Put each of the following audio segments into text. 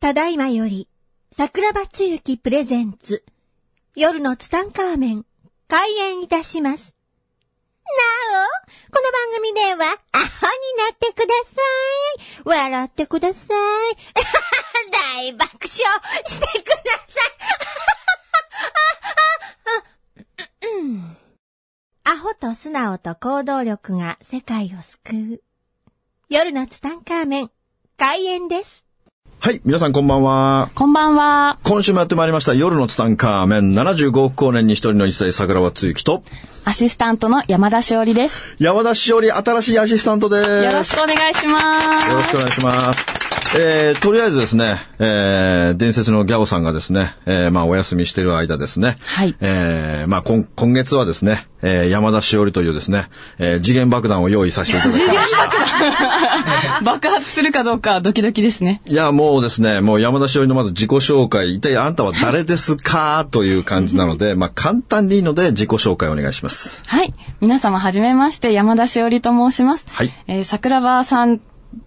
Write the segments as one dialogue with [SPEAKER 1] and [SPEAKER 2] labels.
[SPEAKER 1] ただいまより、桜庭つゆきプレゼンツ、夜のツタンカーメン、開演いたします。なお、この番組では、アホになってください。笑ってください。 大爆笑してください。 アホと素直と行動力が世界を救う。夜のツタンカーメン、開演です。
[SPEAKER 2] はい、皆さんこんばんは。
[SPEAKER 3] こんばんは。
[SPEAKER 2] 今週もやってまいりました夜のツタンカーメン75億光年に一人の一世桜庭つゆきと
[SPEAKER 3] アシスタントの山田しおりです。
[SPEAKER 2] 山田しおり新しいアシスタントです。
[SPEAKER 3] よろしくお願いします。
[SPEAKER 2] よろしくお願いします。えー、とりあえずですね、えー、伝説のギャオさんがですね、えー、まあお休みしている間ですね、
[SPEAKER 3] はい
[SPEAKER 2] えー、まあ今、今月はですね、えー、山田しおりというですね、えー、次元爆弾を用意させていただきました。
[SPEAKER 3] 爆発するかどうかドキドキですね。
[SPEAKER 2] いや、もうですね、もう山田しおりのまず自己紹介、一体あんたは誰ですかという感じな ので、まあ簡単でいいので自己紹介お願いします。
[SPEAKER 3] はい。皆様はじめまして、山田しおりと申します。
[SPEAKER 2] はい
[SPEAKER 3] えー桜庭さん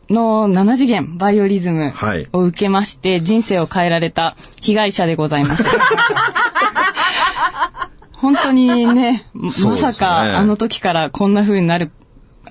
[SPEAKER 3] の7次元バイオリズム
[SPEAKER 2] はい
[SPEAKER 3] を受けまして、人生を変えられた被害者でござ います。本当にね、ま
[SPEAKER 2] そうですね
[SPEAKER 3] さかあの時からこんな風になる、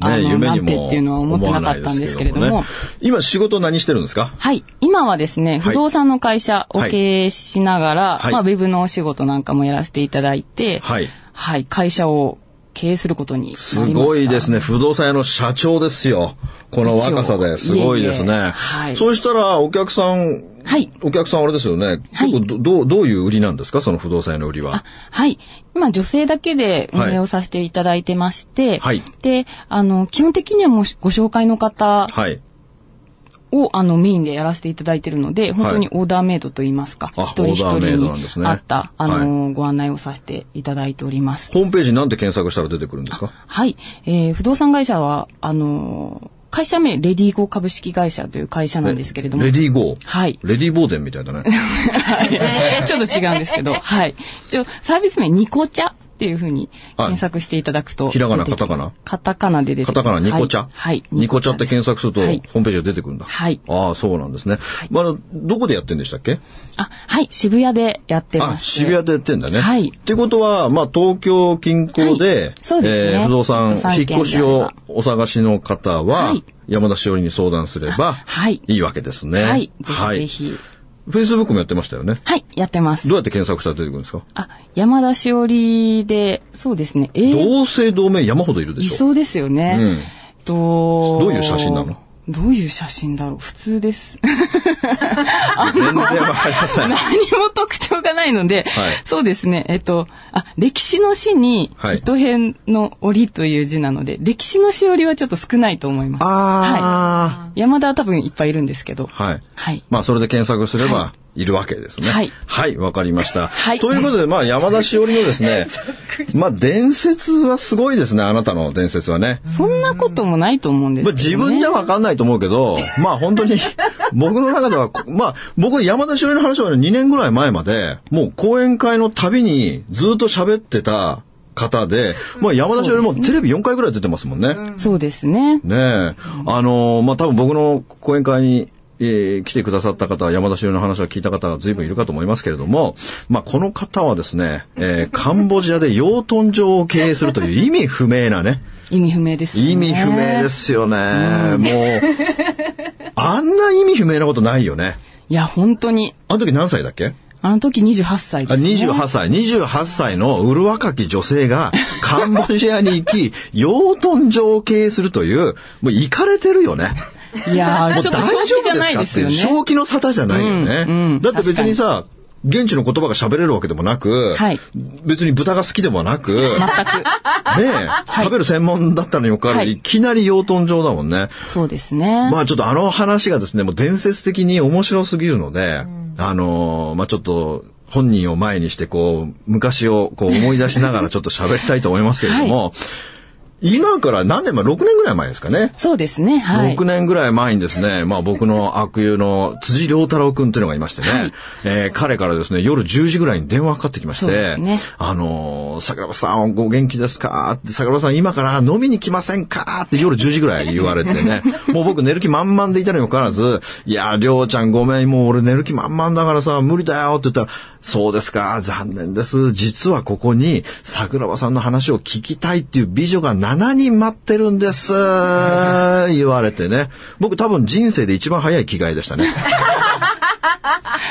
[SPEAKER 3] あの、
[SPEAKER 2] ね、夢
[SPEAKER 3] な
[SPEAKER 2] に
[SPEAKER 3] んて
[SPEAKER 2] も
[SPEAKER 3] っていうのは思ってなかったんですけれど
[SPEAKER 2] 思
[SPEAKER 3] も
[SPEAKER 2] わないで、すけどもね今仕事何してるんですか
[SPEAKER 3] はい。今はですね、不動産の会社を経営しながら、
[SPEAKER 2] はい
[SPEAKER 3] まあ、ウェブのお仕事なんかもやらせていただいて、
[SPEAKER 2] はい
[SPEAKER 3] はい。会社を経営することになりました。
[SPEAKER 2] すごいですね。不動産屋の社長ですよ。この若さですごいです
[SPEAKER 3] いえいえ
[SPEAKER 2] ね。
[SPEAKER 3] はい
[SPEAKER 2] そうしたら、お客さん、
[SPEAKER 3] はい
[SPEAKER 2] お客さんあれですよね。
[SPEAKER 3] は
[SPEAKER 2] 結
[SPEAKER 3] い
[SPEAKER 2] 構ど、どう、どういう売りなんですかその不動産屋の売りは。
[SPEAKER 3] はい。今、女性だけで
[SPEAKER 2] はい
[SPEAKER 3] 運営をさせていただいてまして、
[SPEAKER 2] はい
[SPEAKER 3] で、あの、基本的にはもうご紹介の方
[SPEAKER 2] はい。
[SPEAKER 3] を、あの、メインでやらせていただいてるので、本当にオーダーメイドといいますか、
[SPEAKER 2] あ
[SPEAKER 3] 一人一
[SPEAKER 2] オーダーメイドなんです
[SPEAKER 3] 人
[SPEAKER 2] ね
[SPEAKER 3] に合った、あの、
[SPEAKER 2] は
[SPEAKER 3] ご案内をさせていただいております。
[SPEAKER 2] ホームページなんて検索したら出てくるんですか
[SPEAKER 3] はい。えー不動産会社は、あのー会社名、レディーゴー株式会社という会社なんですけれども。
[SPEAKER 2] レディーゴー。
[SPEAKER 3] はい。
[SPEAKER 2] レディーボーデンみたいだね。
[SPEAKER 3] ちょっと違うんですけど、はい。ちょサービス名、ニコチャっていうふうに
[SPEAKER 2] はい
[SPEAKER 3] 検索していただくと
[SPEAKER 2] ひ
[SPEAKER 3] 出てき
[SPEAKER 2] らが
[SPEAKER 3] ます。
[SPEAKER 2] なカタカナ
[SPEAKER 3] カタカナで出て
[SPEAKER 2] カ
[SPEAKER 3] きま
[SPEAKER 2] タ
[SPEAKER 3] す。
[SPEAKER 2] カナニコチャ、
[SPEAKER 3] はい。
[SPEAKER 2] ニコチャって検索すると、
[SPEAKER 3] はい
[SPEAKER 2] ホームページが出てくるんだ。
[SPEAKER 3] はい
[SPEAKER 2] ああ、そうなんですね。まあ、どこでやってんでしたっけ
[SPEAKER 3] あ、はい。渋谷でやって
[SPEAKER 2] あ、
[SPEAKER 3] ます。
[SPEAKER 2] 渋谷でやってんだね。
[SPEAKER 3] はい
[SPEAKER 2] ってことは、まあ、東京近郊で、
[SPEAKER 3] はいそうですね
[SPEAKER 2] えー不動
[SPEAKER 3] 不
[SPEAKER 2] 産
[SPEAKER 3] 動産、
[SPEAKER 2] 引っ越しをお探しの方は、
[SPEAKER 3] はい
[SPEAKER 2] 山田しおりに相談すれば、
[SPEAKER 3] はい
[SPEAKER 2] いいわけですね。
[SPEAKER 3] はい。ぜひぜひ。
[SPEAKER 2] フェイスブックもやってましたよね。
[SPEAKER 3] はい。やってます
[SPEAKER 2] ど。うやって検索したら出てくるんですか
[SPEAKER 3] あ、山田しおりで、そうですね。英
[SPEAKER 2] 同姓同名山ほどいるで
[SPEAKER 3] 理
[SPEAKER 2] しょ。
[SPEAKER 3] 想ですよね。
[SPEAKER 2] うん
[SPEAKER 3] と
[SPEAKER 2] どういう写真なの
[SPEAKER 3] どういう写真だろう普 通です。
[SPEAKER 2] 全然わかり ません。
[SPEAKER 3] 何も特徴がないので、
[SPEAKER 2] はい
[SPEAKER 3] そうですね、えっと、あ、歴史の史に
[SPEAKER 2] は、い
[SPEAKER 3] 糸編の折という字なので、歴史のしおりはちょっと少ないと思います。
[SPEAKER 2] ああ、
[SPEAKER 3] 山田は多分いっぱいいるんですけど。
[SPEAKER 2] はい。
[SPEAKER 3] はい。
[SPEAKER 2] まあ、それで検索すれば、いるわけですね。
[SPEAKER 3] はい
[SPEAKER 2] はい、わかりました。
[SPEAKER 3] はい
[SPEAKER 2] ということで、まあ、山田しおりのです ね、まあ、伝説はすごいですね、あなたの伝説はね。
[SPEAKER 3] そんなこともないと思うんです
[SPEAKER 2] まあ、
[SPEAKER 3] けど、ね。
[SPEAKER 2] 自分じゃわかんないと思うけ ど、まあ、本当に、僕の中では、まあ、僕、山田しおりの話は2年ぐらい前まで、もう講演会のたびにずっと喋ってた方で、まあ、山田しおりもテレビ4回ぐらい出てますもんね。
[SPEAKER 3] そうですね。
[SPEAKER 2] ねえ、あのーまあ、多分僕の講演会に、えー来てくださった方、山田修の話を聞いた方が随分いるかと思いますけれども、まあ、この方はですね、えーカンボジアで養豚場を経営するという意味不明なね、
[SPEAKER 3] 意味不明ですよね。。
[SPEAKER 2] 意味不明ですすよね。もう、あんな意味不明なことないよね。
[SPEAKER 3] いや、本当に。
[SPEAKER 2] あの時何歳だっけ
[SPEAKER 3] あの時28歳
[SPEAKER 2] あ
[SPEAKER 3] です、ね。
[SPEAKER 2] 28歳、28歳のうる若き女性がカンボジアに行き、養豚場を経営するという、もう行かれてるよね。
[SPEAKER 3] いや
[SPEAKER 2] も
[SPEAKER 3] ー、
[SPEAKER 2] う
[SPEAKER 3] ちょっと
[SPEAKER 2] 大丈
[SPEAKER 3] 正気じ
[SPEAKER 2] 夫
[SPEAKER 3] ゃ
[SPEAKER 2] で
[SPEAKER 3] な
[SPEAKER 2] す
[SPEAKER 3] い
[SPEAKER 2] か
[SPEAKER 3] で
[SPEAKER 2] っ
[SPEAKER 3] す
[SPEAKER 2] てい
[SPEAKER 3] よ
[SPEAKER 2] う、
[SPEAKER 3] ね。
[SPEAKER 2] 正気の沙汰じゃないよね。
[SPEAKER 3] うんうん
[SPEAKER 2] だって別にさ、現地の言葉が喋れるわけでもなく、
[SPEAKER 3] はい
[SPEAKER 2] 別に豚が好きでもな く、ね
[SPEAKER 3] 全く。
[SPEAKER 2] え、食べる専門だったのにもかかわらず、
[SPEAKER 3] はい
[SPEAKER 2] いきなり養豚場だもんね。
[SPEAKER 3] そうですね。
[SPEAKER 2] まあちょっとあの話がですね、もう伝説的に面白すぎるので、あのーまあちょっと、本人を前にしてこう、昔をこう思い出しながらちょっと喋りたいと思いますけれども、今から何年前 ?6 年ぐらい前ですかね。
[SPEAKER 3] そうですね、はい。
[SPEAKER 2] 6年ぐらい前にですね、まあ僕の悪友の辻良太郎くんというのがいましてね、えー彼からですね、夜10時ぐらいに電話かかってきまし
[SPEAKER 3] そうで
[SPEAKER 2] て、
[SPEAKER 3] すね
[SPEAKER 2] あのー桜庭さんご元気ですかって、桜庭さん今から飲みに来ませんかって夜10時ぐらい言われて ね、もう僕寝る気満々でいたにもかかわらず、いやー、りょうちゃんごめん、もう俺寝る気満々だからさ、無理だよって言ったら、そうですか、残念です。実はここに桜庭さんの話を聞きたいっていう美女が7人待ってるん です。言われてね。僕多分人生で一番早い着替えでした ね。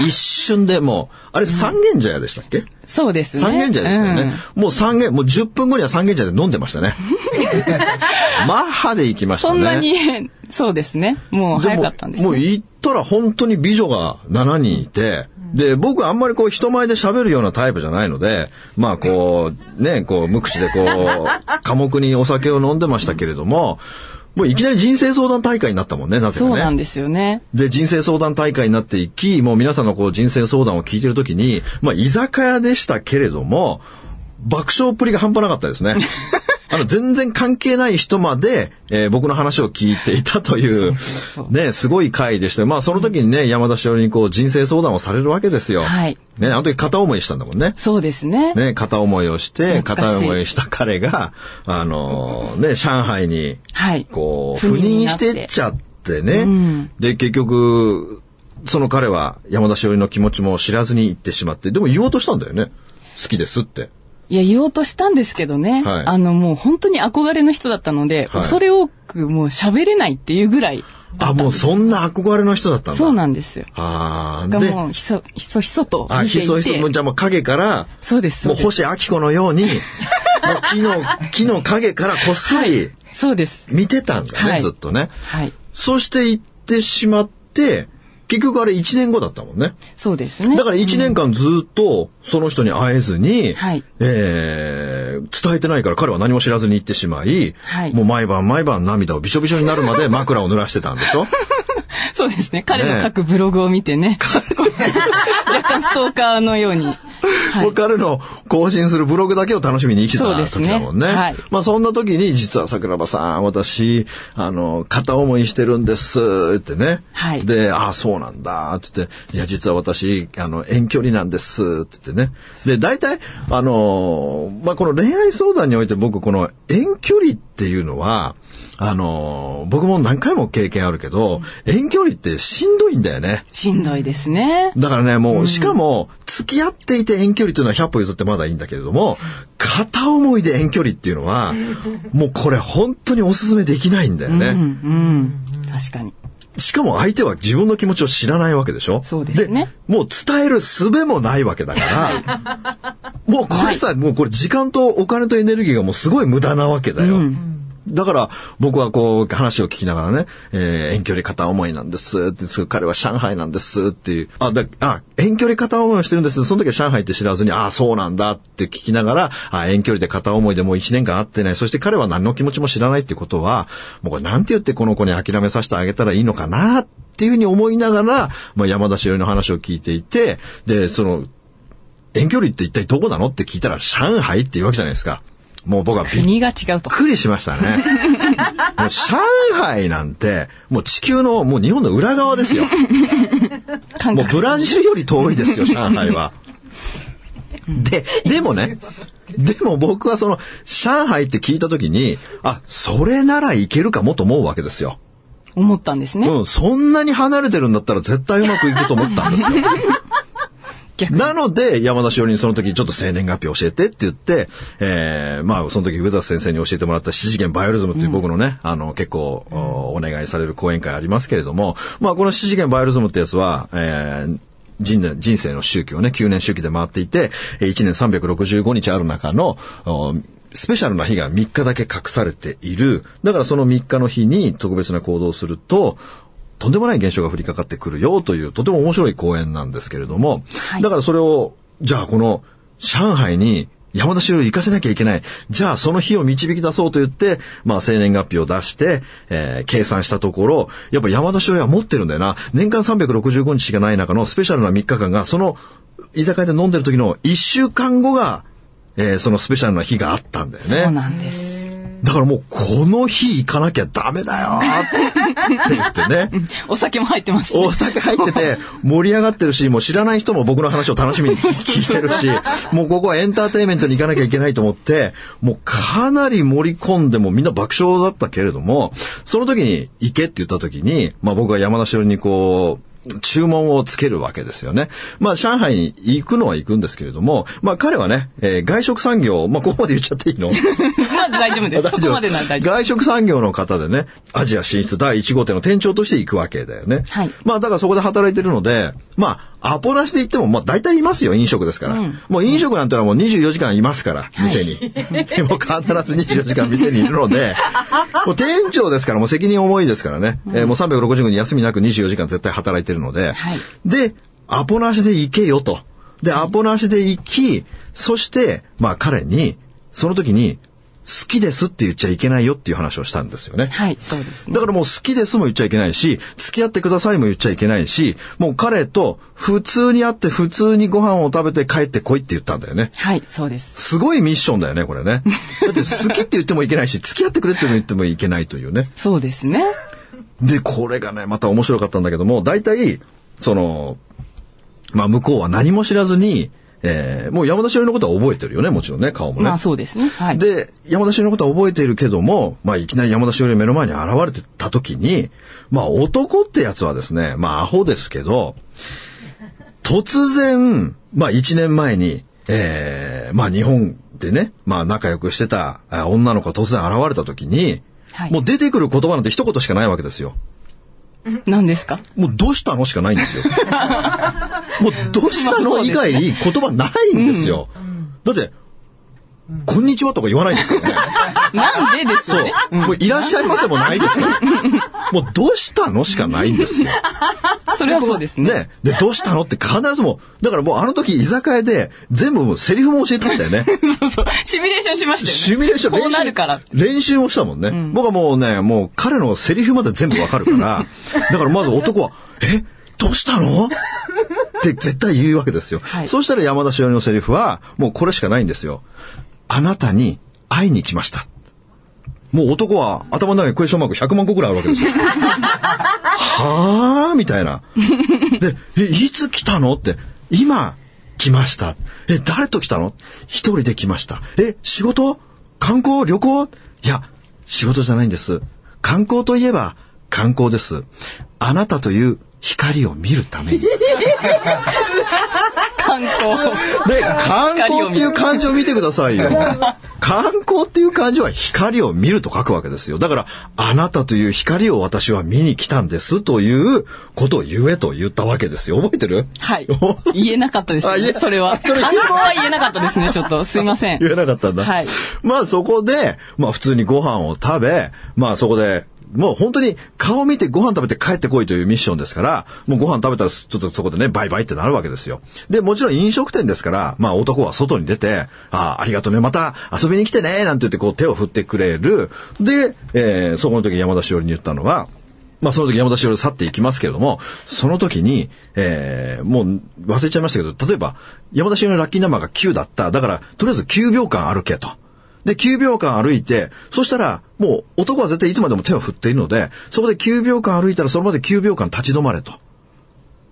[SPEAKER 2] 一瞬でもう、あれ三軒茶屋でしたっけ、
[SPEAKER 3] そうですね。
[SPEAKER 2] 三軒茶屋でしたよね。もう三軒、もう10分後には三軒茶屋で飲んでま したね。マッハで行き
[SPEAKER 3] う
[SPEAKER 2] ま
[SPEAKER 3] ん。
[SPEAKER 2] した
[SPEAKER 3] そ
[SPEAKER 2] ね。
[SPEAKER 3] んなに、 そうですね。もう
[SPEAKER 2] で
[SPEAKER 3] 早
[SPEAKER 2] も
[SPEAKER 3] かったんですね
[SPEAKER 2] もう行ったら本当に美女が7人いて、で、僕あんまりこう人前で喋るようなタイプじゃないので、まあこう、ね、こう無口でこ う、寡黙にお酒を飲んでましたけれども、もういきなり人生相談大会になったもんね、なぜか
[SPEAKER 3] そ
[SPEAKER 2] ね。
[SPEAKER 3] うなんですよね。
[SPEAKER 2] で、人生相談大会になっていき、もう皆さんのこう人生相談を聞いてるときに、まあ居酒屋でしたけれども、爆笑っぷりが半端なかった ですね。あの、全然関係ない人まで、えー僕の話を聞いていたと いう、ね、すごい回でしたよまあその時にね、山田しおりにこう人生相談をされるわけですよ。
[SPEAKER 3] はい
[SPEAKER 2] ね、あの時片思いしたんだもんね。
[SPEAKER 3] そうですね。
[SPEAKER 2] ね、片思いをして、
[SPEAKER 3] 懐かしい
[SPEAKER 2] 片思いした彼が、あのーね、上海に
[SPEAKER 3] はい。
[SPEAKER 2] こう、
[SPEAKER 3] 不
[SPEAKER 2] 赴
[SPEAKER 3] 妊に
[SPEAKER 2] 任
[SPEAKER 3] な
[SPEAKER 2] し
[SPEAKER 3] って
[SPEAKER 2] てっちゃってね。
[SPEAKER 3] ん
[SPEAKER 2] で、結局、その彼は山田しおりの気持ちも知らずに行ってしまって、でも言おうとしたんだよね。好きですって。
[SPEAKER 3] いや、言おうとしたんですけどね。
[SPEAKER 2] はい
[SPEAKER 3] あの、もう本当に憧れの人だったので、
[SPEAKER 2] はい
[SPEAKER 3] 恐れ多くもう喋れないっていうぐらい、
[SPEAKER 2] あ、もうそんな憧れの人だったんだ。
[SPEAKER 3] そうなんですよ。
[SPEAKER 2] ああ、
[SPEAKER 3] が
[SPEAKER 2] で、
[SPEAKER 3] もう、ひそ、ひそひそと
[SPEAKER 2] あ、
[SPEAKER 3] 見
[SPEAKER 2] ひ
[SPEAKER 3] ていて。
[SPEAKER 2] そひそ、もうじゃあもう影から、
[SPEAKER 3] そうです、そ
[SPEAKER 2] も
[SPEAKER 3] う
[SPEAKER 2] う
[SPEAKER 3] です。
[SPEAKER 2] 星明子の ように、もう木の、木の影からこっそり
[SPEAKER 3] そうです。
[SPEAKER 2] 見てたんだね、
[SPEAKER 3] はい
[SPEAKER 2] ずっとね。
[SPEAKER 3] はい。
[SPEAKER 2] そして行ってしまって、結局あれ1年後だったもんね。
[SPEAKER 3] そうですね。
[SPEAKER 2] だから1年間ずっとその人に会えずに、
[SPEAKER 3] はい
[SPEAKER 2] えー伝えてないから彼は何も知らずに行ってしまい、
[SPEAKER 3] はい
[SPEAKER 2] もう毎晩毎晩涙をびしょびしょになるまで枕を濡らしてたんでしょ
[SPEAKER 3] そうですね。彼の書くブログを見て ね。 若干ストーカーのように。はい
[SPEAKER 2] もう。彼の更新するブログだけを楽しみに生きてた
[SPEAKER 3] そうです
[SPEAKER 2] 時
[SPEAKER 3] ね
[SPEAKER 2] だもんね。
[SPEAKER 3] はい
[SPEAKER 2] まあそんな時に実は桜庭さん、私、あの、片思いしてるんですってね。
[SPEAKER 3] はい
[SPEAKER 2] で、ああ、そうなんだって言って、いや、実は私、あの、遠距離なんですって言ってね。で、大体、あのー、まあこの恋愛相談において僕、この遠距離っていうのは、あのー、僕も何回も経験あるけど、遠距離ってしんどいんだよね。
[SPEAKER 3] しんどいですね。
[SPEAKER 2] だからね、もう、しかも、付き合っていて遠距離というのは100歩譲ってまだいいんだけれども、片思いで遠距離っていうのは、もうこれ本当にお勧めできないんだよ
[SPEAKER 3] うん、う
[SPEAKER 2] ね。
[SPEAKER 3] ん。確かに。
[SPEAKER 2] しかも相手は自分の気持ちを知らないわけでしょ
[SPEAKER 3] そうですね
[SPEAKER 2] でもう伝える術もないわけだから、もうこれさ、もうこれ時間とお金とエネルギーがもうすごい無駄なわけだよ。だから、僕はこう、話を聞きながらね、えー遠距離片思いなんですって、彼は上海なんですっていう、あ、だ、あ、遠距離片思いをしてるんですその時は上海って知らずに、あ、そうなんだって聞きながら、あ、遠距離で片思いでもう1年間会ってない、そして彼は何の気持ちも知らないってことは、もうこれなんて言ってこの子に諦めさせてあげたらいいのかなっていうふうに思いながら、まあ、山田しおりの話を聞いていて、で、その、遠距離って一体どこなのって聞いたら、上海って言うわけじゃないですか。もう僕はびっ
[SPEAKER 3] 国が違うと
[SPEAKER 2] びっ。くりしましたね。 もう上海なんて、もう地球の、もう日本の裏側ですよ。
[SPEAKER 3] 感
[SPEAKER 2] もう
[SPEAKER 3] 覚。
[SPEAKER 2] ブラジルより遠いですよ、上海は。で、でもね、でも僕はその、上海って聞いたときに、あ、それならいけるかもと思うわけですよ。
[SPEAKER 3] 思ったんですね。
[SPEAKER 2] うん、そんなに離れてるんだったら絶対うまくいくと思ったんですよ。
[SPEAKER 3] 逆
[SPEAKER 2] なので、山田しおりにその時、ちょっと生年月日教えてって言って、えー、まあ、その時、上田先生に教えてもらった四次元バイオリズムっていう僕のね、あの、結構お、お願いされる講演会ありますけれども、まあ、この四次元バイオリズムってやつは、えー人年人生の周期をね、9年周期で回っていて、えー1年365日ある中の、おスペシャルな日が3日だけ隠されている。だからその3日の日に特別な行動をすると、とんでもない現象が降りかかってくるよという、とても面白い講演なんですけれども、
[SPEAKER 3] い
[SPEAKER 2] だからそれを、じゃあこの上海に山田修を行かせなきゃいけない。じゃあその日を導き出そうと言って、まあ生年月日を出して、えー計算したところ、やっぱ山田修は持ってるんだよな。年間365日しかない中のスペシャルな3日間が、その居酒屋で飲んでる時の1週間後が、えーそのスペシャルな日があったんだよね。
[SPEAKER 3] そうなんです。
[SPEAKER 2] だからもう、この日行かなきゃダメだよって言ってね。
[SPEAKER 3] お酒も入ってますしね
[SPEAKER 2] 大阪入ってて盛り上がってるし、もう知らない人も僕の話を楽しみに聞いてるし、もうここはエンターテインメントに行かなきゃいけないと思って、もうかなり盛り込んでもうみんな爆笑だったけれども、その時に行けって言った時に、まあ僕は山田城にこう、注文をつけるわけですよね。まあ、上海に行くのは行くんですけれども、まあ、彼はね、えー外食産業、まあ、ここまで言っちゃっていいの
[SPEAKER 3] まあ大丈 夫です。そこまでなら大丈夫。
[SPEAKER 2] 外食産業の方でね、アジア進出第1号店の店長として行くわけだよね。
[SPEAKER 3] はい
[SPEAKER 2] まあだからそこで働いてるので、まあ、アポなしで行っても、まあ大体いますよ、飲食ですから。
[SPEAKER 3] うん
[SPEAKER 2] もう飲食なんてのはもう24時間いますから、
[SPEAKER 3] い
[SPEAKER 2] 店に。 でも必ず24時間店にいるので、もう店長ですから、もう責任重いですからね。えーもう365日休みなく24時間絶対働いてるので、
[SPEAKER 3] はい
[SPEAKER 2] で、アポなしで行けよと。で、アポなしで行き、そして、まあ彼に、その時に、好きですって言っちゃいけないよっていう話をしたんですよね。
[SPEAKER 3] はい、そうですね
[SPEAKER 2] だ。からもう好きですも言っちゃいけないし、付き合ってくださいも言っちゃいけないし、もう彼と普通に会って普通にご飯を食べて帰ってこいって言ったんだよね。
[SPEAKER 3] はい、そうです。
[SPEAKER 2] すごいミッションだよね、これね。だって好きって言ってもいけないし、付き合ってくれって言ってもいけないというね。
[SPEAKER 3] そうですね。
[SPEAKER 2] で、これがね、また面白かったんだけども、大体、その、まあ向こうは何も知らずに、えー、もう山田しおりのことは覚えてるよね、もちろんね、顔もね。
[SPEAKER 3] まあそうですね。はい。
[SPEAKER 2] で、山田修のことは覚えているけども、まあ、いきなり山田修が目の前に現れてた時に、まあ、男ってやつはですね、まあ、アホですけど、突然、まあ、1年前に、ええまあ、日本でね、まあ、仲良くしてたあ女の子が突然現れた時に、
[SPEAKER 3] はい
[SPEAKER 2] もう出てくる言葉なんて一言しかないわけですよ。
[SPEAKER 3] 何ですか
[SPEAKER 2] もうどうしたのしかないん ですよ。もうどうした
[SPEAKER 3] まあ
[SPEAKER 2] の
[SPEAKER 3] そう
[SPEAKER 2] 以
[SPEAKER 3] です
[SPEAKER 2] 外言葉ないんですよ。だって、こんにちはとか言わないんですからね。
[SPEAKER 3] なんでです
[SPEAKER 2] そ
[SPEAKER 3] よ
[SPEAKER 2] う
[SPEAKER 3] ね。。
[SPEAKER 2] もういらっしゃいませもないですから。もうどうしたのしかないんですよ。
[SPEAKER 3] それはそうですね。
[SPEAKER 2] ね。で、どうしたのって必ずもう、だからもうあの時居酒屋で全部もうセリフも教えたんだよね。
[SPEAKER 3] そうそう。シミュレーションしましたよね。
[SPEAKER 2] シミュレーション
[SPEAKER 3] こうなるから。
[SPEAKER 2] 練習をしたもんね、僕はもうね、もう彼のセリフまで全部わかる から、だからまず男は、えどうしたのって絶対言うわけですよ。
[SPEAKER 3] はい
[SPEAKER 2] そうしたら山田しおりのセリフは、もうこれしかないんですよ。あなたに会いに来ました。もう男は頭の中にクエスチョンマーク100万個くらいあるわけで すよ。はぁみたいな。で、え、いつ来たのって、今、来ました。え、誰と来たの一人で来ました。え、仕事観光旅行いや、仕事じゃないんです。観光といえば、観光です。あなたという光を見るために。で、
[SPEAKER 3] 観光。
[SPEAKER 2] 観光っていう漢字を見てくださいよ。観光っていう漢字は光を見ると書くわけですよ。だから、あなたという光を私は見に来たんですということを言えと言ったわけですよ。覚えてる
[SPEAKER 3] はい。言えなかったです
[SPEAKER 2] あ言え
[SPEAKER 3] ね。それ
[SPEAKER 2] あ
[SPEAKER 3] は。
[SPEAKER 2] それ
[SPEAKER 3] 観光は言えなかったですね、ちょっと。すいません。
[SPEAKER 2] 言えなかったんだ。
[SPEAKER 3] はい。
[SPEAKER 2] まあそこで、まあ普通にご飯を食べ、まあそこで、もう本当に顔見てご飯食べて帰ってこいというミッションですから、もうご飯食べたらちょっとそこでね、バイバイってなるわけですよ。で、もちろん飲食店ですから、まあ男は外に出て、ああ、ありがとうね、また遊びに来てね、なんて言ってこう手を振ってくれる。で、えーそこの時山田しおりに言ったのは、まあその時山田しおり去っていきますけれども、その時に、えー、もう忘れちゃいましたけど、例えば山田しおりのラッキーナンバーが9だった。だから、とりあえず9秒間歩けと。で、9秒間歩いて、そしたら、もう男は絶対いつまでも手を振っているので、そこで9秒間歩いたらその場で9秒間立ち止まれと。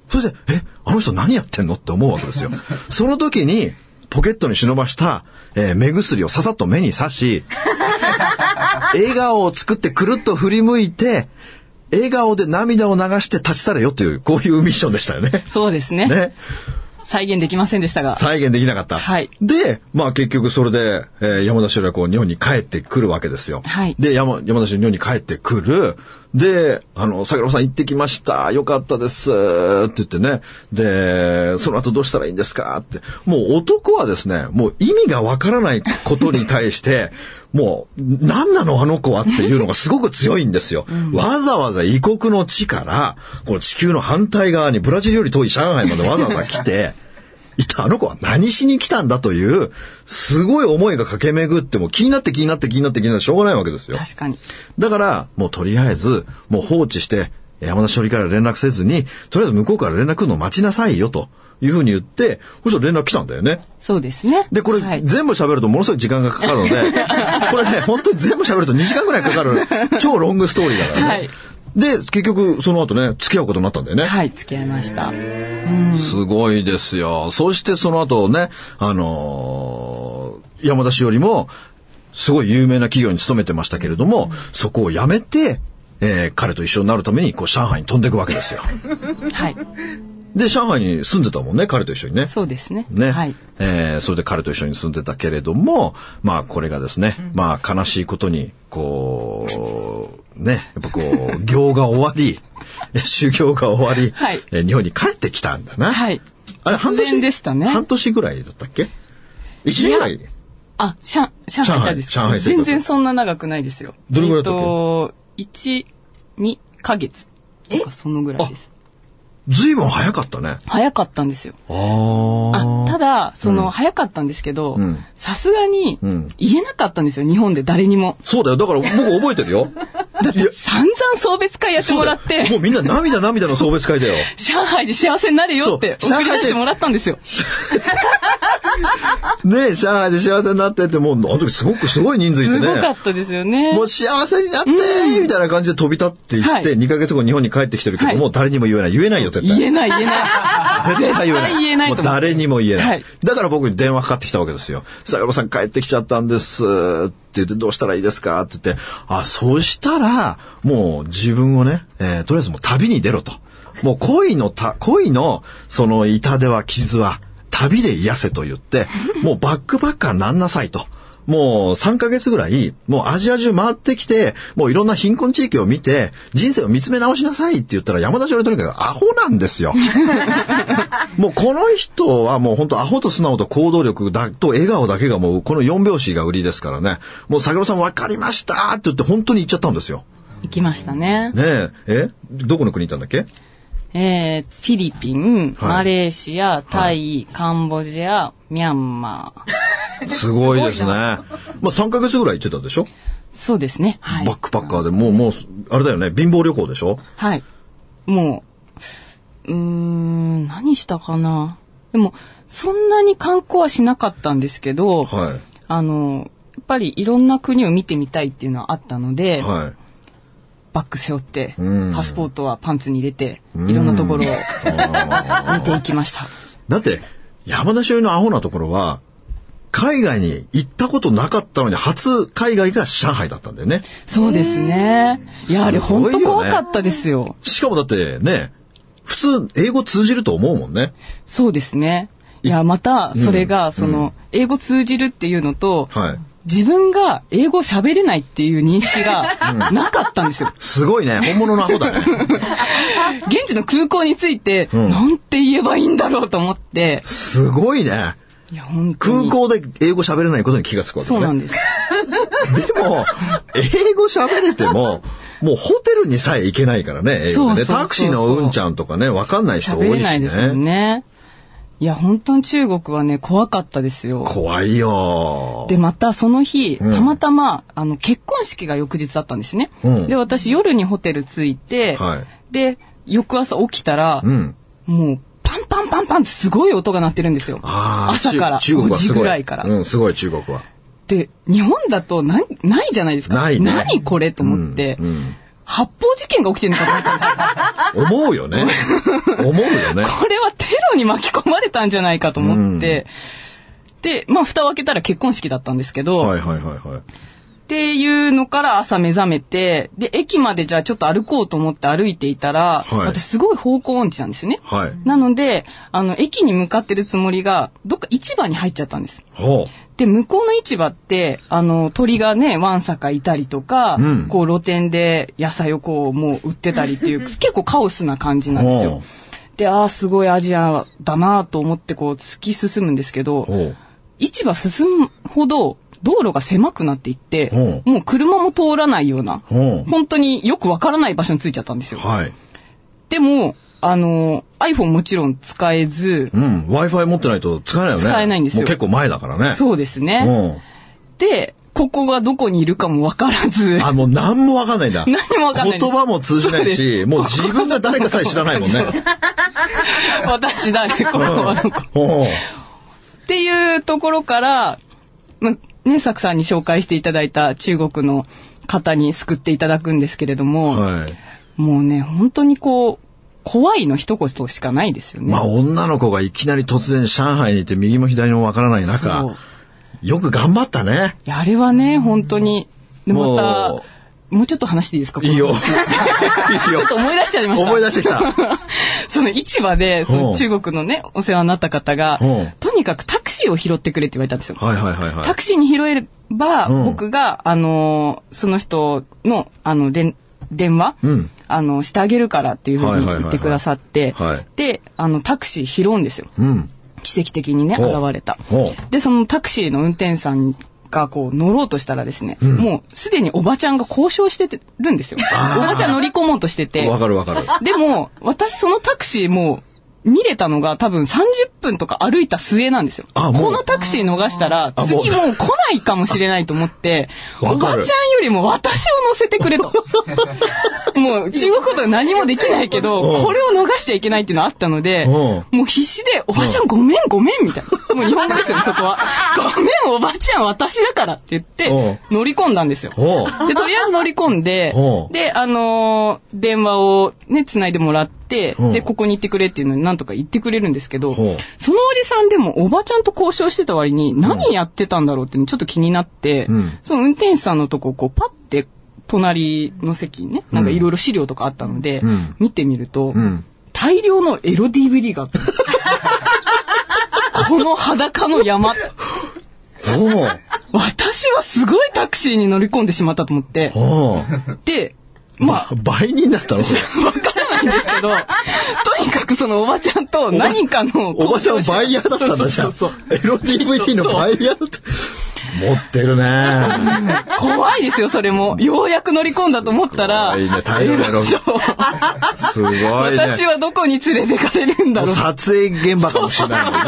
[SPEAKER 2] そして、え、あの人何やってんのって思うわけですよ。その時に、ポケットに忍ばした、えー目薬をささっと目に刺し、笑顔を作ってくるっと振り向いて、笑顔で涙を流して立ち去れよという、こういうミッションでしたよね
[SPEAKER 3] そうですね。
[SPEAKER 2] ね。
[SPEAKER 3] 再現できませんでしたが。
[SPEAKER 2] 再現できなかった。
[SPEAKER 3] はい
[SPEAKER 2] で、まあ結局それで、えー山田修理はこう日本に帰ってくるわけですよ。
[SPEAKER 3] はい
[SPEAKER 2] で、山山田修理日本に帰ってくる。で、あの、桜庭さん行ってきました。よかったです。って言ってね。で、その後どうしたらいいんですかって。もう男はですね、もう意味がわからないことに対して、 もう、何なのあの子はっていうのがすごく強いんですよ。わざわざ異国の地から、この地球の反対側にブラジルより遠い上海までわざわざ来て、 一体あの子は何しに来たんだという、すごい思いが駆け巡っても気になって気になって気になって気になってしょうがないわけですよ。
[SPEAKER 3] 確かに。
[SPEAKER 2] だから、もうとりあえず、もう放置して、山田処理から連絡せずに、とりあえず向こうから連絡来るのを待ちなさいよと。いうふうに言って、そしたら連絡来たんだよね。
[SPEAKER 3] そうですね。
[SPEAKER 2] で、これ、
[SPEAKER 3] はい、
[SPEAKER 2] 全部喋るとものすごい時間がかかるの で、これね、本当に全部喋ると2時間ぐらいかかる、超ロングストーリーだからね。
[SPEAKER 3] はい
[SPEAKER 2] で、結局、その後ね、付き合うことになったんだよね。
[SPEAKER 3] はい、付き合いました。
[SPEAKER 2] すごいですよ。そしてその後ね、あのー山田氏よりも、すごい有名な企業に勤めてましたけれども、そこを辞めて、えー彼と一緒になるために、こう、上海に飛んでいくわけですよ。
[SPEAKER 3] はい。
[SPEAKER 2] で、上海に住んでたもんね、彼と一緒にね。
[SPEAKER 3] そうですね。
[SPEAKER 2] ね。
[SPEAKER 3] はい。
[SPEAKER 2] えーそれで彼と一緒に住んでたけれども、まあこれがですね、まあ悲しいことに、こう、ね、やっぱこう、行が終わ り、え修行が終わり、
[SPEAKER 3] はい
[SPEAKER 2] えー日本に帰ってきたんだな。
[SPEAKER 3] はい。
[SPEAKER 2] あれ、半
[SPEAKER 3] 突
[SPEAKER 2] 年
[SPEAKER 3] 然でしたね
[SPEAKER 2] 半年ぐらいだったっけ一年ぐらい
[SPEAKER 3] あ、シャン、上海いたです
[SPEAKER 2] 上海上海生活
[SPEAKER 3] 全然そんな長くないですよ。
[SPEAKER 2] どれぐらいだったっけ
[SPEAKER 3] えっと、1、2ヶ月とかそのぐらいです。
[SPEAKER 2] ずいぶん早かったね。
[SPEAKER 3] 早かったんですよ。
[SPEAKER 2] あー
[SPEAKER 3] あ、ただ、その、早かったんですけど
[SPEAKER 2] うん、
[SPEAKER 3] さすがに
[SPEAKER 2] うん、
[SPEAKER 3] 言えなかったんですよ、日本で誰にも。
[SPEAKER 2] そうだよ。だから僕覚えてる よ。だって、
[SPEAKER 3] 散々送別会やって
[SPEAKER 2] そ
[SPEAKER 3] も
[SPEAKER 2] うだ
[SPEAKER 3] ら
[SPEAKER 2] よ
[SPEAKER 3] って、
[SPEAKER 2] もうみんな涙涙の送別会だ よ。
[SPEAKER 3] 上海で幸せになれよって
[SPEAKER 2] そう
[SPEAKER 3] 送り
[SPEAKER 2] 上海
[SPEAKER 3] 出
[SPEAKER 2] で
[SPEAKER 3] してもらったんですよ。
[SPEAKER 2] ねえ、上海で幸せになってって、もう、あの時すごくすごい人数いて
[SPEAKER 3] す
[SPEAKER 2] ね。
[SPEAKER 3] ごかったですよね。
[SPEAKER 2] もう幸せになってーみたいな感じで飛び立っていっ
[SPEAKER 3] はい
[SPEAKER 2] て、2ヶ月後日本に帰ってきてるけど、
[SPEAKER 3] はい
[SPEAKER 2] もう誰にも言えない。言えないよ、絶対。
[SPEAKER 3] 言えない言えな い。
[SPEAKER 2] 絶対言えない。
[SPEAKER 3] 絶対言えない
[SPEAKER 2] も
[SPEAKER 3] と
[SPEAKER 2] う
[SPEAKER 3] 思って
[SPEAKER 2] 誰にも言えない。
[SPEAKER 3] はい
[SPEAKER 2] だから僕に電話かかってきたわけですよ。坂野さん帰ってきちゃったんですって言って、どうしたらいいですかって言って、あ、そうしたら、もう自分をね、えーとりあえずもう旅に出ろと。もう恋のた、恋の、その痛手は傷は、旅で癒せと言って、もうバックパッカーになんなさいと。もう3ヶ月ぐらい、もうアジア中回ってきて、もういろんな貧困地域を見て、人生を見つめ直しなさいって言ったら山田少年とにかくアホなんですよ。もうこの人はもう本当アホと素直と行動力だと笑顔だけがもうこの4拍子が売りですからね。もう桜さん分かりましたって言って本当に言っちゃったんですよ。
[SPEAKER 3] 行きましたね。
[SPEAKER 2] ねえ、えどこの国行ったんだっけ
[SPEAKER 3] えー、フィリピン、
[SPEAKER 2] はい
[SPEAKER 3] マレーシア、タイ、カンボジア、ミャンマー。
[SPEAKER 2] すごいです ね。まあ3ヶ月ぐらい行ってたでしょ、
[SPEAKER 3] そうですね。はい
[SPEAKER 2] バッ。クパッカーでもうもう、あれだよね、貧乏旅行でしょ
[SPEAKER 3] はい。もう、うーん、何したかな。でも、そんなに観光はしなかったんですけど、
[SPEAKER 2] は
[SPEAKER 3] あの、やっぱりいろんな国を見てみたいっていうのはあったの
[SPEAKER 2] い。
[SPEAKER 3] で、
[SPEAKER 2] はい。
[SPEAKER 3] バッグ背負って、
[SPEAKER 2] うん
[SPEAKER 3] パスポートはパンツに入れて、いろんなところを見ていきました。
[SPEAKER 2] だって、山田修のアホなところは、海外に行ったことなかったのに、初海外が上海だったんだよね。
[SPEAKER 3] そうですね。いや、あれ
[SPEAKER 2] すごいよね
[SPEAKER 3] 本当怖かったですよ。
[SPEAKER 2] しかもだってね、普通英語通じると思うもんね。
[SPEAKER 3] そうですね。いや、また、それが、その、英語通じるっていうのと、
[SPEAKER 2] はい。
[SPEAKER 3] 自分が英語喋れないっていう認識がなかったんですよ。
[SPEAKER 2] すごいね。本物のアホだ ね。
[SPEAKER 3] 現地の空港について、
[SPEAKER 2] ん
[SPEAKER 3] なんて言えばいいんだろうと思って、
[SPEAKER 2] すごいね。
[SPEAKER 3] いや、本当
[SPEAKER 2] 空
[SPEAKER 3] に。
[SPEAKER 2] 港で英語喋れないことに気がつくわけね。
[SPEAKER 3] そうなんです。
[SPEAKER 2] でも、英語喋れても、もうホテルにさえ行けないからね、英語でね。
[SPEAKER 3] そうそうそうそう
[SPEAKER 2] タクシーのうんちゃんとかね、わかんない人多いし
[SPEAKER 3] 喋
[SPEAKER 2] ね。
[SPEAKER 3] れないですもんね。いや、本当に中国はね、怖かったですよ。
[SPEAKER 2] 怖いよ。
[SPEAKER 3] で、またその日、
[SPEAKER 2] ん
[SPEAKER 3] たまたま、あの、結婚式が翌日だったんですね。
[SPEAKER 2] うん
[SPEAKER 3] で、私夜にホテル着いて、
[SPEAKER 2] はい
[SPEAKER 3] で、翌朝起きたら、
[SPEAKER 2] うん。
[SPEAKER 3] もう、パンパンパンパンってすごい音が鳴ってるんですよ。
[SPEAKER 2] ああ、
[SPEAKER 3] 朝
[SPEAKER 2] ち
[SPEAKER 3] から、
[SPEAKER 2] 中国
[SPEAKER 3] 5
[SPEAKER 2] はす
[SPEAKER 3] 時
[SPEAKER 2] ごい。
[SPEAKER 3] ぐらいから。
[SPEAKER 2] うん、すごい中国は。
[SPEAKER 3] で、日本だとない、ないじゃないですか。
[SPEAKER 2] ないね
[SPEAKER 3] 何これと思って、
[SPEAKER 2] うんうん
[SPEAKER 3] 発砲事件が起きてるのかと思ったんですよ。
[SPEAKER 2] 思うよね。思うよ ね。
[SPEAKER 3] これはテロに巻き込まれたんじゃないかと思って、で、まあ、蓋を開けたら結婚式だったんですけど、
[SPEAKER 2] はいはいはいはい。
[SPEAKER 3] っていうのから朝目覚めて、で、駅までじゃあちょっと歩こうと思って歩いていたら、
[SPEAKER 2] はい
[SPEAKER 3] 私すごい方向音痴なんですよね。
[SPEAKER 2] はい。
[SPEAKER 3] なので、あの、駅に向かってるつもりが、どっか市場に入っちゃったんです。
[SPEAKER 2] ほ
[SPEAKER 3] で、向こうの市場って、あの、鳥がね、ワンサカいたりとか、
[SPEAKER 2] うん
[SPEAKER 3] こう露店で野菜をこう、もう売ってた りっていう、結構カオスな感じなんです
[SPEAKER 2] おう
[SPEAKER 3] よ。で、ああ、すごいアジアだなと思ってこう、突き進むんですけ
[SPEAKER 2] う。ほ
[SPEAKER 3] ど、
[SPEAKER 2] う。
[SPEAKER 3] 市場進むほど、道路が狭くなっていって
[SPEAKER 2] おう、
[SPEAKER 3] もう車も通らないような、
[SPEAKER 2] ほう。
[SPEAKER 3] 本当によくわからない場所に着いちゃったんですよ。
[SPEAKER 2] はい。
[SPEAKER 3] でも、あの、iPhone もちろん使えず、
[SPEAKER 2] うん。Wi-Fi 持ってないと使えないよね。
[SPEAKER 3] 使えないんですよ
[SPEAKER 2] もう結構前だからね。
[SPEAKER 3] そうですね。
[SPEAKER 2] うん。
[SPEAKER 3] で、ここがどこにいるかもわからず、
[SPEAKER 2] あ、もう何もわかんないんだ。
[SPEAKER 3] 何もわかんないんで
[SPEAKER 2] 言
[SPEAKER 3] す
[SPEAKER 2] 葉も通じないし、もう自分が誰かさえ知らないもんね。
[SPEAKER 3] 私誰、ここはどこ。
[SPEAKER 2] おう
[SPEAKER 3] っていうところから、ま、ね、サクさんに紹介していただいた中国の方に救っていただくんですけれども、
[SPEAKER 2] はい。
[SPEAKER 3] もうね、本当にこう、怖いの一言しかないですよね。
[SPEAKER 2] まあ女の子がいきなり突然上海にいて右も左もわからない
[SPEAKER 3] そう
[SPEAKER 2] 中、よく頑張ったね。
[SPEAKER 3] いや、あれはね、本当に。で、
[SPEAKER 2] も
[SPEAKER 3] ま
[SPEAKER 2] う
[SPEAKER 3] た、もうちょっと話していいですか
[SPEAKER 2] いい よ。
[SPEAKER 3] こ
[SPEAKER 2] い
[SPEAKER 3] の話
[SPEAKER 2] い
[SPEAKER 3] ちょっと
[SPEAKER 2] よ。
[SPEAKER 3] 思い出しちゃいました。
[SPEAKER 2] 思い出してき た。
[SPEAKER 3] その市場で、そ
[SPEAKER 2] うん
[SPEAKER 3] の中国のね、お世話になった方が
[SPEAKER 2] うん、
[SPEAKER 3] とにかくタクシーを拾ってくれって言われたんですよ。
[SPEAKER 2] はいはいはいは
[SPEAKER 3] タ
[SPEAKER 2] い。
[SPEAKER 3] クシーに拾えれば、
[SPEAKER 2] うん
[SPEAKER 3] 僕が、あのー、その人の、あの、連電話、
[SPEAKER 2] うん
[SPEAKER 3] あの、してあげるからっていうふうに
[SPEAKER 2] はいはいはいはい
[SPEAKER 3] 言ってくださって、
[SPEAKER 2] はい
[SPEAKER 3] で、あの、タクシー拾うんですよ。
[SPEAKER 2] うん。
[SPEAKER 3] 奇跡的にね、現
[SPEAKER 2] お
[SPEAKER 3] れた。
[SPEAKER 2] おう
[SPEAKER 3] で、そのタクシーの運転手さんがこう乗ろうとしたらですね、もうすでにおばちゃんが交渉してるんですよ。
[SPEAKER 2] あ
[SPEAKER 3] お
[SPEAKER 2] ー
[SPEAKER 3] ばちゃん乗り込もうとしてて。
[SPEAKER 2] わかるわかる。
[SPEAKER 3] でも、私そのタクシーもう見れたのが多分30分とか歩いた末なんですよ。
[SPEAKER 2] あもう
[SPEAKER 3] このタクシー逃したら、
[SPEAKER 2] あもう
[SPEAKER 3] 次もう来ないかもしれないと思って、
[SPEAKER 2] わ
[SPEAKER 3] おばち
[SPEAKER 2] か
[SPEAKER 3] ゃん
[SPEAKER 2] る
[SPEAKER 3] よりも私を乗せてくれ と。もう中国語では何もできないけ
[SPEAKER 2] う
[SPEAKER 3] ど、
[SPEAKER 2] ん
[SPEAKER 3] これを逃しちゃいけないっていうのあったので、
[SPEAKER 2] うん
[SPEAKER 3] もう必死で、おばちゃんごめんごめんみたいな。もう日本語ですよね、そこ は。ごめんおばちゃん私だからって言って、乗り込んだんですよ。
[SPEAKER 2] おう
[SPEAKER 3] で、 とりあえず乗り込んで
[SPEAKER 2] お、う
[SPEAKER 3] で、あのー電話をね、繋いでもらって、
[SPEAKER 2] うん
[SPEAKER 3] で、ここに行ってくれっていうのになんとか言ってくれるんですけど、
[SPEAKER 2] ほう
[SPEAKER 3] そのおじさんでもおばちゃんと交渉してた割に何やってたんだろうっていうのちょっと気になって、
[SPEAKER 2] うん
[SPEAKER 3] その運転手さんのとこをこうパッて隣の席にね、なんかいろいろ資料とかあったので、
[SPEAKER 2] ん
[SPEAKER 3] 見てみると、
[SPEAKER 2] うん。
[SPEAKER 3] 大量のエロ DVD があった。 この裸の山。
[SPEAKER 2] おう
[SPEAKER 3] 私はすごいタクシーに乗り込んでしまったと思って。
[SPEAKER 2] おう
[SPEAKER 3] で、まあ、
[SPEAKER 2] 倍になったのそれ
[SPEAKER 3] わからないんです けど、とにかくそのおばちゃんと何かの
[SPEAKER 2] おばちゃんはバイヤーだったんだじゃん。
[SPEAKER 3] そうそうそう
[SPEAKER 2] エロ DVD のバイヤーだった。持ってるね。
[SPEAKER 3] 怖いですよ、それも。ようやく乗り込んだと思ったら、
[SPEAKER 2] すごいね大量のエロ
[SPEAKER 3] そう
[SPEAKER 2] すごいね。
[SPEAKER 3] 私はどこに連れてかれるん
[SPEAKER 2] も
[SPEAKER 3] だ
[SPEAKER 2] う
[SPEAKER 3] ろう。
[SPEAKER 2] 撮影現場かもしれないもんね。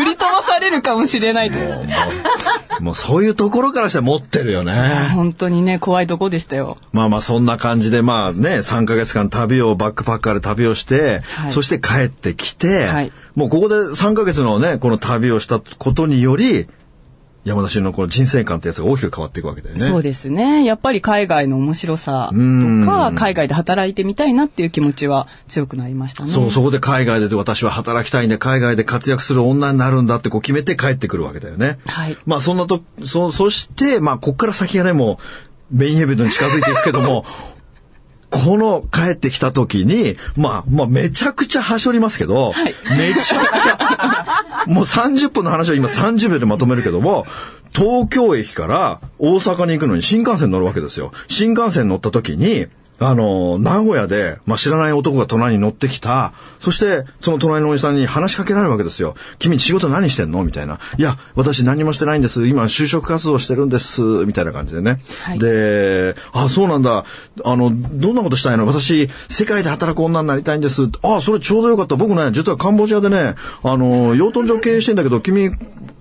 [SPEAKER 3] 売り飛ばされるかもしれないと。
[SPEAKER 2] もうもうもうそういうところからして持ってるよね。
[SPEAKER 3] 本当にね、怖いとこでしたよ。
[SPEAKER 2] まあまあそんな感じでまあね、3ヶ月間旅をバックパッカーで旅をして、
[SPEAKER 3] はい
[SPEAKER 2] そして帰ってきて、
[SPEAKER 3] はい
[SPEAKER 2] もうここで3ヶ月のね、この旅をしたことにより、山田氏のこの人生観ってやつが大きく変わっていくわけだよね。
[SPEAKER 3] そうですね。やっぱり海外の面白さ
[SPEAKER 2] うん
[SPEAKER 3] とか、海外で働いてみたいなっていう気持ちは強くなりましたね。
[SPEAKER 2] そう、そこで海外で私は働きたいんで、海外で活躍する女になるんだってこう決めて帰ってくるわけだよね。
[SPEAKER 3] はい
[SPEAKER 2] まあそんなと、そ、そして、まあこっから先がね、もうメインイベントに近づいていくけども、 この帰ってきた時に、まあ、まあめちゃくちゃはしょりますけど、めちゃくちゃ、もう30分の話を今30秒でまとめるけども、東京駅から大阪に行くのに新幹線乗るわけですよ。新幹線乗った時に、あの、名古屋で、まあ、知らない男が隣に乗ってきた。そして、その隣のおじさんに話しかけられるわけですよ。君仕事何してんのみたいな。いや、私何もしてないんです。今就職活動してるんです。みたいな感じでね。
[SPEAKER 3] はい
[SPEAKER 2] で、あ、そうなんだ。あの、どんなことしたいの私、世界で働く女になりたいんです。あ、それちょうどよかった。僕ね、実はカンボジアでね、あの、養豚場経営してんだけど、君、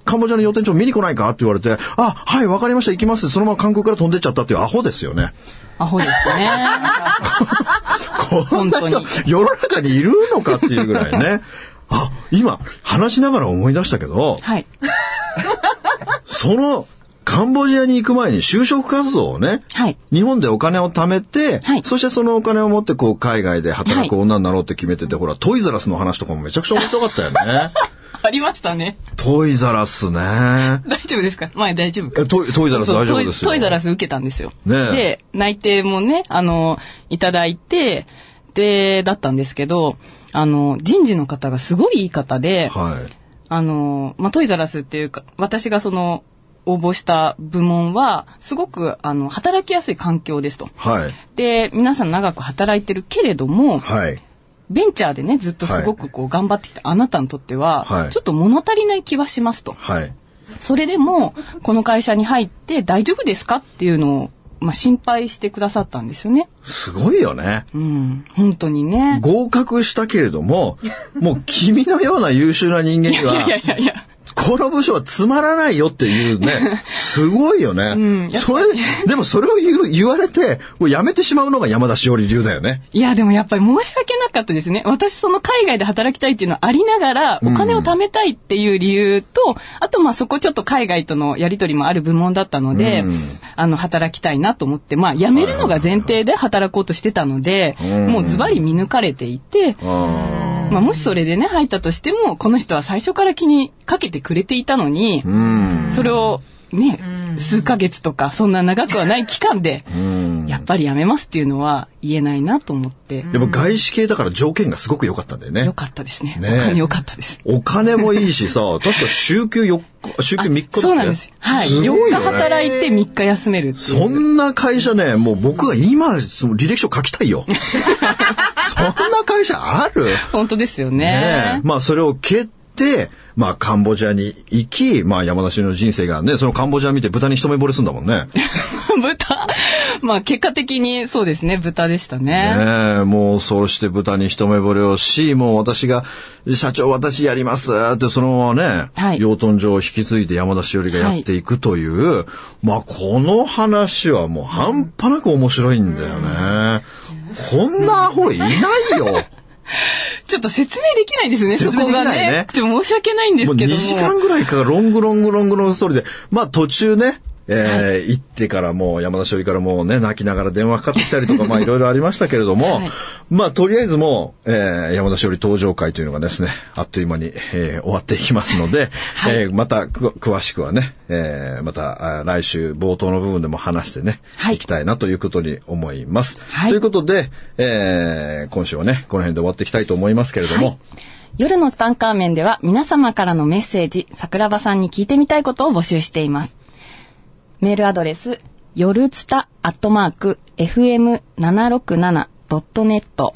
[SPEAKER 2] カンボジアの養豚場見に来ないかって言われて、あ、はい、わかりました。行きます。そのまま韓国から飛んでっちゃったっていうアホですよね。
[SPEAKER 3] アホですね。
[SPEAKER 2] こんな人
[SPEAKER 3] 本、
[SPEAKER 2] 世の中にいるのかっていうぐらいね。あ、今、話しながら思い出したけど、
[SPEAKER 3] はい。
[SPEAKER 2] その、カンボジアに行く前に就職活動をね、
[SPEAKER 3] はい
[SPEAKER 2] 日本でお金を貯めて、
[SPEAKER 3] はい
[SPEAKER 2] そしてそのお金を持ってこう海外で働く女になろうって決めてて、ほら、トイザラスの話とかもめちゃくちゃ面白かったよ ね。
[SPEAKER 3] ありましたね。
[SPEAKER 2] トイザラスね。
[SPEAKER 3] 大丈夫ですか前大丈夫か
[SPEAKER 2] えトイトイザラス
[SPEAKER 3] そう
[SPEAKER 2] 大丈夫ですよ。
[SPEAKER 3] トイトイザラス受けたんですよ。
[SPEAKER 2] ねえ
[SPEAKER 3] で、内定もね、あの、いただいて、で、だったんですけど、あの、人事の方がすごいいい方で、
[SPEAKER 2] はい。
[SPEAKER 3] あの、まあ、トイザらスっていうか、私がその、応募した部門は、すごく、あの、働きやすい環境ですと。
[SPEAKER 2] はい。
[SPEAKER 3] で、皆さん長く働いてるけれども、
[SPEAKER 2] はい。
[SPEAKER 3] ベンチャーでね、ずっとすごくこう、頑張ってきたあなたにとっては、
[SPEAKER 2] はい
[SPEAKER 3] ちょっと物足りない気はしますと。
[SPEAKER 2] はい。
[SPEAKER 3] それでも、この会社に入って大丈夫ですかっていうのを、まあ、心配してくださったんですよね。
[SPEAKER 2] すごいよね。
[SPEAKER 3] うん。本当にね。
[SPEAKER 2] 合格したけれども、もう君のような優秀な人間には、
[SPEAKER 3] いやいやいや。
[SPEAKER 2] この部署はつまらないよっていう ね、すごいよね。
[SPEAKER 3] んやっ
[SPEAKER 2] それ、でもそれを言う言われて、もうやめてしまうのが山田しおり流だよね。
[SPEAKER 3] いや、でもやっぱり申し訳なかったですね。私、その海外で働きたいっていうのはありながら、お金を貯めたいっていう理由と、あと、まあ、そこちょっと海外とのやりとりもある部門だったので、
[SPEAKER 2] うん
[SPEAKER 3] あの、働きたいなと思って、まあ、辞めるのが前提で働こうとしてたので、
[SPEAKER 2] うん
[SPEAKER 3] もうズバリ見抜かれていて、
[SPEAKER 2] あ
[SPEAKER 3] まあ、もしそれでね、入ったとしても、この人は最初から気にかけてくれていたのに
[SPEAKER 2] ー、うん。
[SPEAKER 3] それを、ね、数ヶ月とか、そんな長くはない期間で、
[SPEAKER 2] うん。
[SPEAKER 3] やっぱり辞めますっていうのは言えないなと思って。
[SPEAKER 2] でも外資系だから条件がすごく良かったんだよね
[SPEAKER 3] よ。かったですね。
[SPEAKER 2] ねえ
[SPEAKER 3] お金良かったです。
[SPEAKER 2] お金もいいし さ、確か週休4日、週休3日だっけ
[SPEAKER 3] そうなんです。はい。
[SPEAKER 2] すごいよね
[SPEAKER 3] 4日働いて3日休めるっていう
[SPEAKER 2] そんな会社ね、もう僕は今、その履歴書書きたい よ。そんな会社ある
[SPEAKER 3] 本当ですよ
[SPEAKER 2] ね
[SPEAKER 3] ね。
[SPEAKER 2] えまあそれを蹴って、まあカンボジアに行き、まあ山田氏の人生がね、そのカンボジア見て豚に一目惚れすんだもんね。ね
[SPEAKER 3] 豚。まあ結果的にそうですね、豚でしたね。
[SPEAKER 2] え、もうそうして豚に一目惚れをし、もう私が、社長私やりますってそのままね、
[SPEAKER 3] はい
[SPEAKER 2] 養豚場を引き継いで山田しおりがやっていくという、まあこの話はもう半端なく面白いんだよね。こんなアホいないよ。
[SPEAKER 3] ちょっと説明できないですね、そ
[SPEAKER 2] 説明
[SPEAKER 3] こ
[SPEAKER 2] できな
[SPEAKER 3] が
[SPEAKER 2] いね
[SPEAKER 3] ね。ちょっと申し訳ないんで
[SPEAKER 2] もう
[SPEAKER 3] すけど
[SPEAKER 2] 2
[SPEAKER 3] も。
[SPEAKER 2] 時間ぐらいかロングロングロングロングストーリーで、まあ途中ね、えー行ってからもう山田勝利からもうね、泣きながら電話かかってきたりとか、ま あいろいろありましたけれども、
[SPEAKER 3] はい
[SPEAKER 2] まあとりあえずもう、えー山田勝利登場会というのがですね、あっという間に、えー終わっていきますので、
[SPEAKER 3] はい
[SPEAKER 2] えーまたく詳しくはね、えーまたあー来週冒頭の部分でも話してね、
[SPEAKER 3] はい
[SPEAKER 2] 行きたいなということに思います。
[SPEAKER 3] はい
[SPEAKER 2] ということで、えー今週はね、この辺で終わっていきたいと思いますけれども、
[SPEAKER 3] 夜のツタンカーメンでは皆様からのメッセージ、桜庭さんに聞いてみたいことを募集しています。メールアドレス、夜つたアットマーク、fm767.net。こ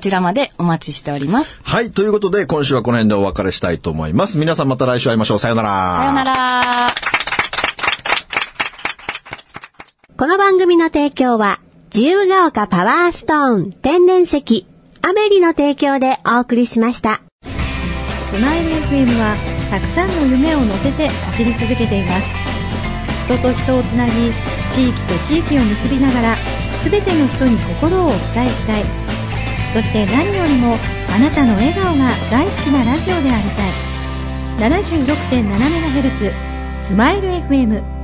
[SPEAKER 3] ちらまでお待ちしております。
[SPEAKER 2] はい。ということで、今週はこの辺でお別れしたいと思います。皆さんまた来週会いましょう。さようなら。
[SPEAKER 3] さよなら。
[SPEAKER 1] この番組の提供は、自由が丘パワーストーン天然石、アメリの提供でお送りしました。
[SPEAKER 4] スマイル FM はたくさんの夢を乗せて走り続けています人と人をつなぎ地域と地域を結びながら全ての人に心をお伝えしたいそして何よりもあなたの笑顔が大好きなラジオでありたい 76.7MHz スマイル FM